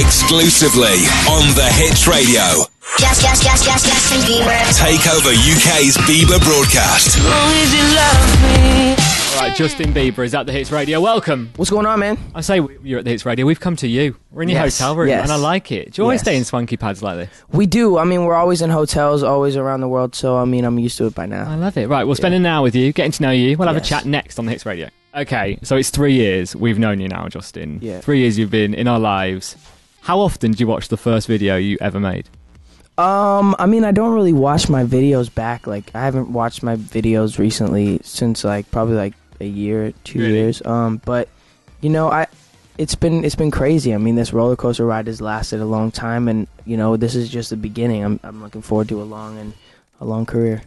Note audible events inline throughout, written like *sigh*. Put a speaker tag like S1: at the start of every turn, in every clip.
S1: exclusively on the Hits Radio.
S2: Just, just, just, just, Justin Bieber.
S1: Take over UK's Bieber broadcast.
S3: All right, Justin Bieber is at the Hits Radio. Welcome.
S4: What's going on, man?
S3: I say we- you're at the Hits Radio. We've come to you. We're in your
S4: Yes,
S3: hotel room,
S4: yes.
S3: and I like it. Do you always
S4: Yes.
S3: stay in swanky pads like this?
S4: We do. I mean, we're always in hotels, always around the world, so I mean, I'm used to it by
S3: I
S4: now.
S3: love it. Right, we'll spend an hour with you, getting to know you. We'll have a
S4: Yes.
S3: chat next on the Hits Radio. Okay, so it's three years we've known you now, Justin.
S4: Yeah.
S3: Three years you've been in our lives. How often do you watch the first video you ever made?
S4: Um, I mean, I don't really watch my videos back. Like, I haven't watched my videos recently since like probably like a year, two
S3: Really?
S4: years. Um, but you know, I it's been it's been crazy. I mean, this roller coaster ride has lasted a long time, and you know, this is just the beginning. I'm I'm looking forward to a long and a long career.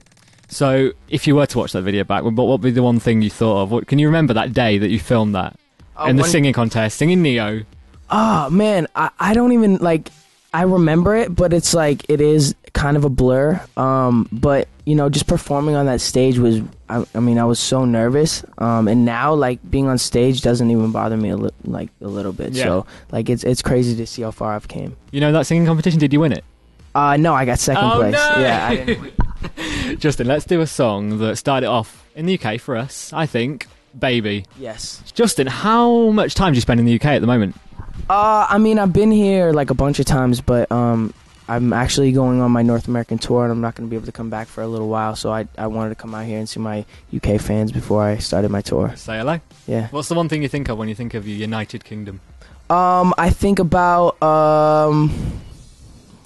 S3: So, if you were to watch that video back, what what would be the one thing you thought of? What, can you remember that day that you filmed that?
S4: Oh,
S3: in the
S4: one-
S3: singing contest, singing Neo.
S4: Oh man, I, I don't even like I remember it, but it's like it is kind of a blur. Um, but you know, just performing on that stage was I, I mean, I was so nervous. Um, and now like being on stage doesn't even bother me a li- like a little bit.
S3: Yeah.
S4: So like it's it's crazy to see how far I've came.
S3: You know that singing competition? Did you win it?
S4: Uh, no, I got second
S3: Oh,
S4: place.
S3: no!
S4: Yeah,
S3: *laughs*
S4: I didn't.
S3: Justin, let's do a song that started off in the UK for us, I think. Baby.
S4: yes.
S3: Justin, how much time do you spend in the UK at the moment?
S4: Uh, I mean, I've been here like a bunch of times, but um, I'm actually going on my North American tour, and I'm not going to be able to come back for a little while. So I I wanted to come out here and see my UK fans before I started my tour.
S3: Say hello.
S4: Yeah.
S3: What's the one thing you think of when you think of the United Kingdom?
S4: Um, I think about um,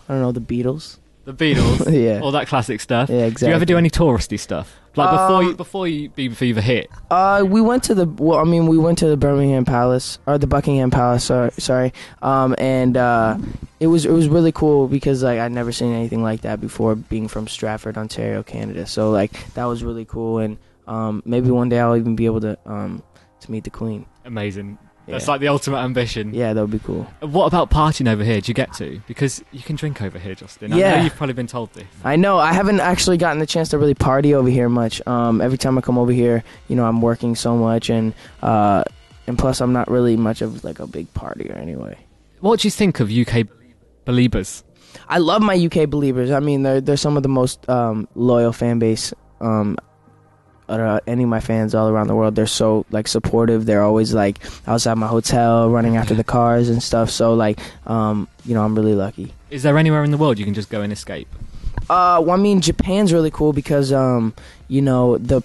S4: I don't know the Beatles. *laughs*
S3: The *laughs* Beatles.
S4: Yeah.
S3: All that classic stuff.
S4: Yeah,
S3: Do you ever
S4: exactly.
S3: do any touristy stuff? Like before
S4: Um,
S3: you before you Bieber Fever hit.
S4: Uh, we went to the well, I mean, we went to the Birmingham Palace or the Buckingham Palace. Sorry, sorry. Um, and uh, it was it was really cool because like I'd never seen anything like that before, being from Stratford, Ontario, Canada. So like that was really cool, and um, maybe one day I'll even be able to um to meet the Queen.
S3: Amazing. That's
S4: Yeah.
S3: like the ultimate ambition.
S4: Yeah, that would be cool.
S3: What about partying over here? Do you get to? Because you can drink over here, Justin. I know
S4: Yeah.
S3: you've probably been told this.
S4: I know. I haven't actually gotten the chance to really party over here much. Um, every time I come over here, you know, I'm working so much, and uh, and plus I'm not really much of like a big partier anyway.
S3: What do you think of UK believers?
S4: I love my UK believers. I mean, they're they're some of the most um, loyal fan base. Um, out of any of my fans all around the world, they're so like supportive. They're always like outside my hotel, running after the cars and stuff. So like, um, you know, I'm really lucky.
S3: Is there anywhere in the world you can just go and escape?
S4: Uh, well, I mean, Japan's really cool because um, you know the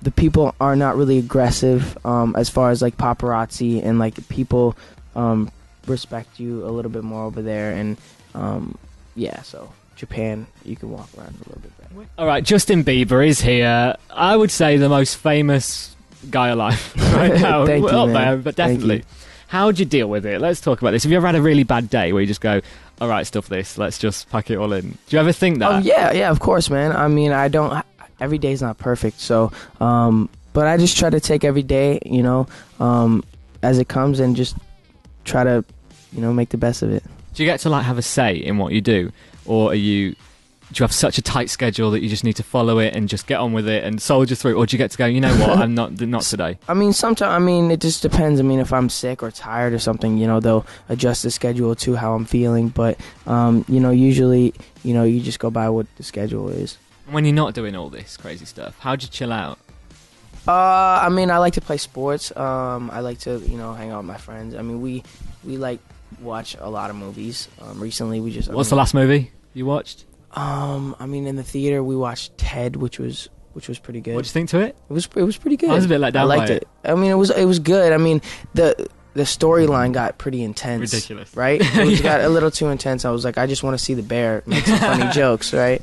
S4: the people are not really aggressive um, as far as like paparazzi and like people um, respect you a little bit more over there and um, yeah, so Japan you can walk around a little bit better.
S3: All right, Justin Bieber is here. I would say the most famous guy alive
S4: *laughs*
S3: *laughs* right now.
S4: Thank
S3: Well,
S4: you,
S3: up
S4: man.
S3: there, but
S4: Thank you.
S3: definitely. How do you deal with it? Let's talk about this. Have you ever had a really bad day where you just go, "All right, stuff this. Let's just pack it all in." Do you ever think that?
S4: Oh yeah, yeah, of course, man. I mean, I don't. Every day's not perfect, so um, but I just try to take every day, you know, um, as it comes, and just try to, you know, make the best of it.
S3: Do you get to like have a say in what you do, or are you? Do you have such a tight schedule that you just need to follow it and just get on with it and soldier through, or do you get to go? You know
S4: *laughs*
S3: what? I'm not not today.
S4: I mean, sometimes, I mean, it just depends. I mean, if I'm sick or tired or something, you know, they'll adjust the schedule to how I'm feeling. But, um, you know, usually, you know, you just go by what the schedule is.
S3: When you're not doing all this crazy stuff, how do you chill out?
S4: Uh, I mean, I like to play sports. Um, I like to, you know, hang out with my friends. I mean, we, we like watch a lot of movies. Um, recently we just, I
S3: What's the
S4: mean,
S3: last movie you watched?
S4: um, I mean, in the theater we watched Ted, which was, which was pretty good.
S3: What do you think to it?
S4: It was it was pretty good.
S3: I was a bit let
S4: I
S3: down by
S4: liked
S3: it.
S4: it. I mean, it was it was good. I mean, the the storyline got pretty intense.
S3: Ridiculous. *laughs*
S4: right? It was, got a little too intense. I was like, I just want to see the bear make some funny
S3: *laughs*
S4: jokes, right?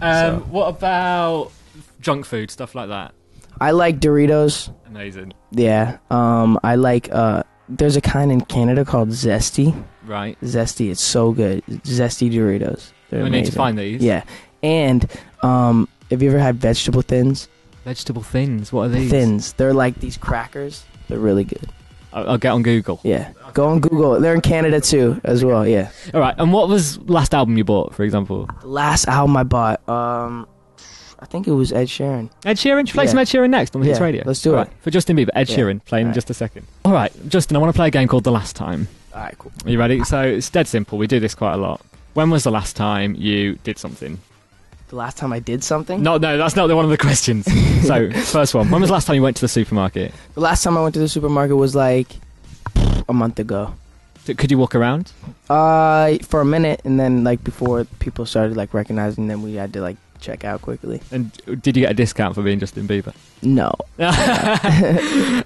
S3: Um,
S4: So-
S3: What about junk food stuff like that?
S4: I like Doritos.
S3: Amazing,
S4: Yeah. Um, I like uh. There's a kind in Canada called Zesty.
S3: right?
S4: Zesty, it's so good. Zesty Doritos. They're
S3: We
S4: amazing.
S3: need to find these.
S4: Yeah, and um, have you ever had vegetable thins?
S3: Vegetable thins. What are these?
S4: Thins. They're like these crackers. They're really good.
S3: I'll, I'll get on Google.
S4: Yeah. Go on Google. They're in Canada too, as well. Yeah.
S3: All right. And what was last album you bought, for example?
S4: The last album I bought, um, I think it was Ed Sheeran.
S3: Ed Sheeran. Should we play
S4: Yeah.
S3: some Ed Sheeran next on Hits
S4: Yeah,
S3: Radio.
S4: let's do it.
S3: All right, for Justin Bieber. Ed
S4: Yeah.
S3: Sheeran. Playing
S4: All
S3: in
S4: right.
S3: just a second. All right, Justin. I want to play a game called The Last Time.
S4: All All right, cool.
S3: Are you ready? So it's dead simple. We do this quite a lot. When was the last time you did something?
S4: The last time I did something.
S3: No, no, that's not the *laughs* one of the questions.
S4: *laughs*
S3: so first one. When was the last time you went to the supermarket?
S4: The last time I went to the supermarket was like a month ago.
S3: D- Could you walk around?
S4: Uh, for a minute, and then like before people started like recognizing, then we had to like check out quickly.
S3: And did you get a discount for being Justin Bieber?
S4: No,
S3: *laughs*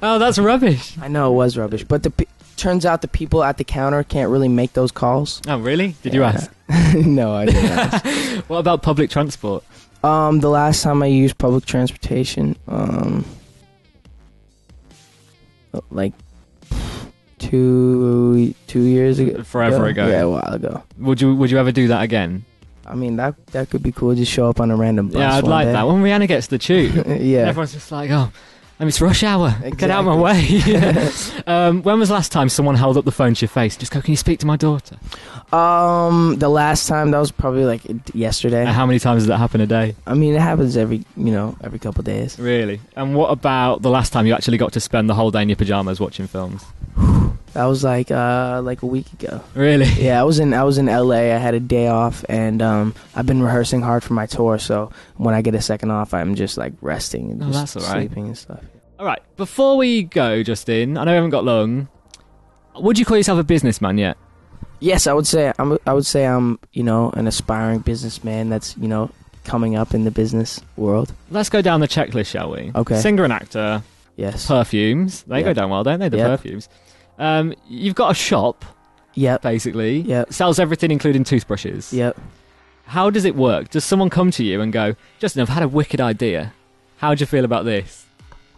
S3: oh, that's rubbish.
S4: I know it was rubbish, but the pe- turns out the people at the counter can't really make those calls.
S3: Oh, really? Did you
S4: Yeah.
S3: ask?
S4: *laughs* no, I didn't. ask.
S3: *laughs* What about public transport?
S4: um, the last time I used public transportation, um, like two two years ago,
S3: Forever ago.
S4: yeah, a while ago.
S3: Would you Would you ever do that again?
S4: I mean that that could be cool. Just show up on a random bus.
S3: yeah, I'd
S4: one
S3: like
S4: day. *laughs*
S3: that. When Rihanna gets the tube,
S4: yeah.
S3: everyone's just like, oh. And it's rush hour. Get out of my way. *laughs*
S4: Exactly. *laughs*
S3: um, when was the last time someone held up the phone to your face? Just go, can you speak to my daughter?
S4: Um, the last time that was probably like d- yesterday.
S3: And how many times does that happen a day?
S4: I mean, it happens every you know every couple days.
S3: Really? And what about the last time you actually got to spend the whole day in your pajamas watching films?
S4: That was like uh like a week ago.
S3: Really?
S4: Yeah, I was in I was in L.A. I had a day off, and um, I've been rehearsing hard for my tour. So when I get a second off, I'm just like resting and
S3: Oh,
S4: just
S3: that's all right.
S4: sleeping and stuff.
S3: All right. Before we go, Justin, I know we haven't got long. Would you call yourself a businessman yet?
S4: Yes, I would say I'm I would say I'm you know an aspiring businessman that's you know coming up in the business world.
S3: Let's go down the checklist, shall we?
S4: Okay.
S3: Singer and actor,
S4: Yes.
S3: perfumes. They
S4: Yeah.
S3: go down well, don't they? The
S4: Yeah.
S3: perfumes. Um, you've got a shop,
S4: Yep.
S3: basically.
S4: Yeah.
S3: Sells everything, including toothbrushes.
S4: Yep.
S3: How does it work? Does someone come to you and go, Justin, I've had a wicked idea. How do you feel about this?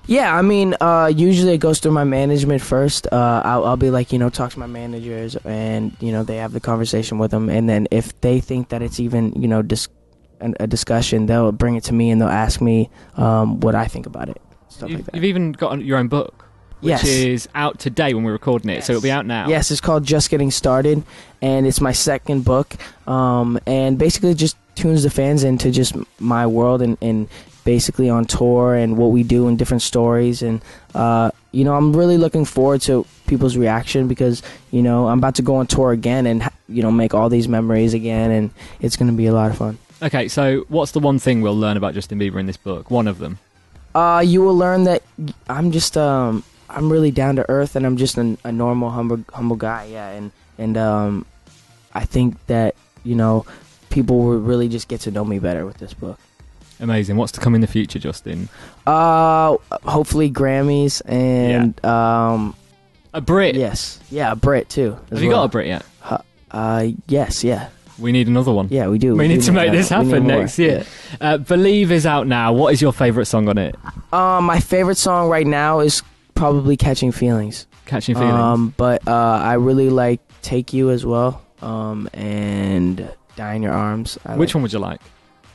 S4: Yeah, I mean, uh, usually it goes through my management first. Uh, I'll, I'll be like, you know, talk to my managers, and you know, they have the conversation with them, and then if they think that it's even, you know, dis- an, a discussion, they'll bring it to me and they'll ask me um, what I think about it, stuff
S3: you've,
S4: like that.
S3: you've even got your own book, which
S4: Yes.
S3: is out today when we're recording it, so it'll be out now.
S4: Yes, it's called Just Getting Started, and it's my second book, um, and basically just tunes the fans into just my world and, and basically on tour and what we do and different stories. And, uh, you know, I'm really looking forward to people's reaction because, you know, I'm about to go on tour again and, you know, make all these memories again, and it's going to be a lot of fun.
S3: Okay, so what's the one thing we'll learn about Justin Bieber in this book? One of them.
S4: Uh, you will learn that I'm just um I'm really down to earth and I'm just an, a normal humble humble guy. Yeah, and and um I think that you know people will really just get to know me better with this book.
S3: Amazing. What's to come in the future, Justin?
S4: Uh, hopefully Grammys and um
S3: A Brit.
S4: yes yeah a Brit too.
S3: Have you got a Brit yet?
S4: got a? Uh yes yeah
S3: We need another one.
S4: yeah we do.
S3: We need
S4: do
S3: to make
S4: that.
S3: this
S4: We need
S3: happen
S4: more.
S3: next year. Uh, Believe is out now. What is your favourite song on it?
S4: Yeah. Um, my favorite song right now is probably Catching Feelings.
S3: Catching Feelings.
S4: Um, but uh, I really like Take You as well. Um, and Die in Your Arms. I
S3: Which
S4: like-
S3: one would you like?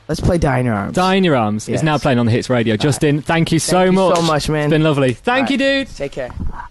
S4: Let's play Die in Your Arms.
S3: Die in Your Arms is
S4: Yes.
S3: now playing on the Hits Radio. Justin, thank you so
S4: Thank you
S3: much.
S4: so much, man.
S3: It's been lovely. Thank
S4: All
S3: you, dude.
S4: Take care.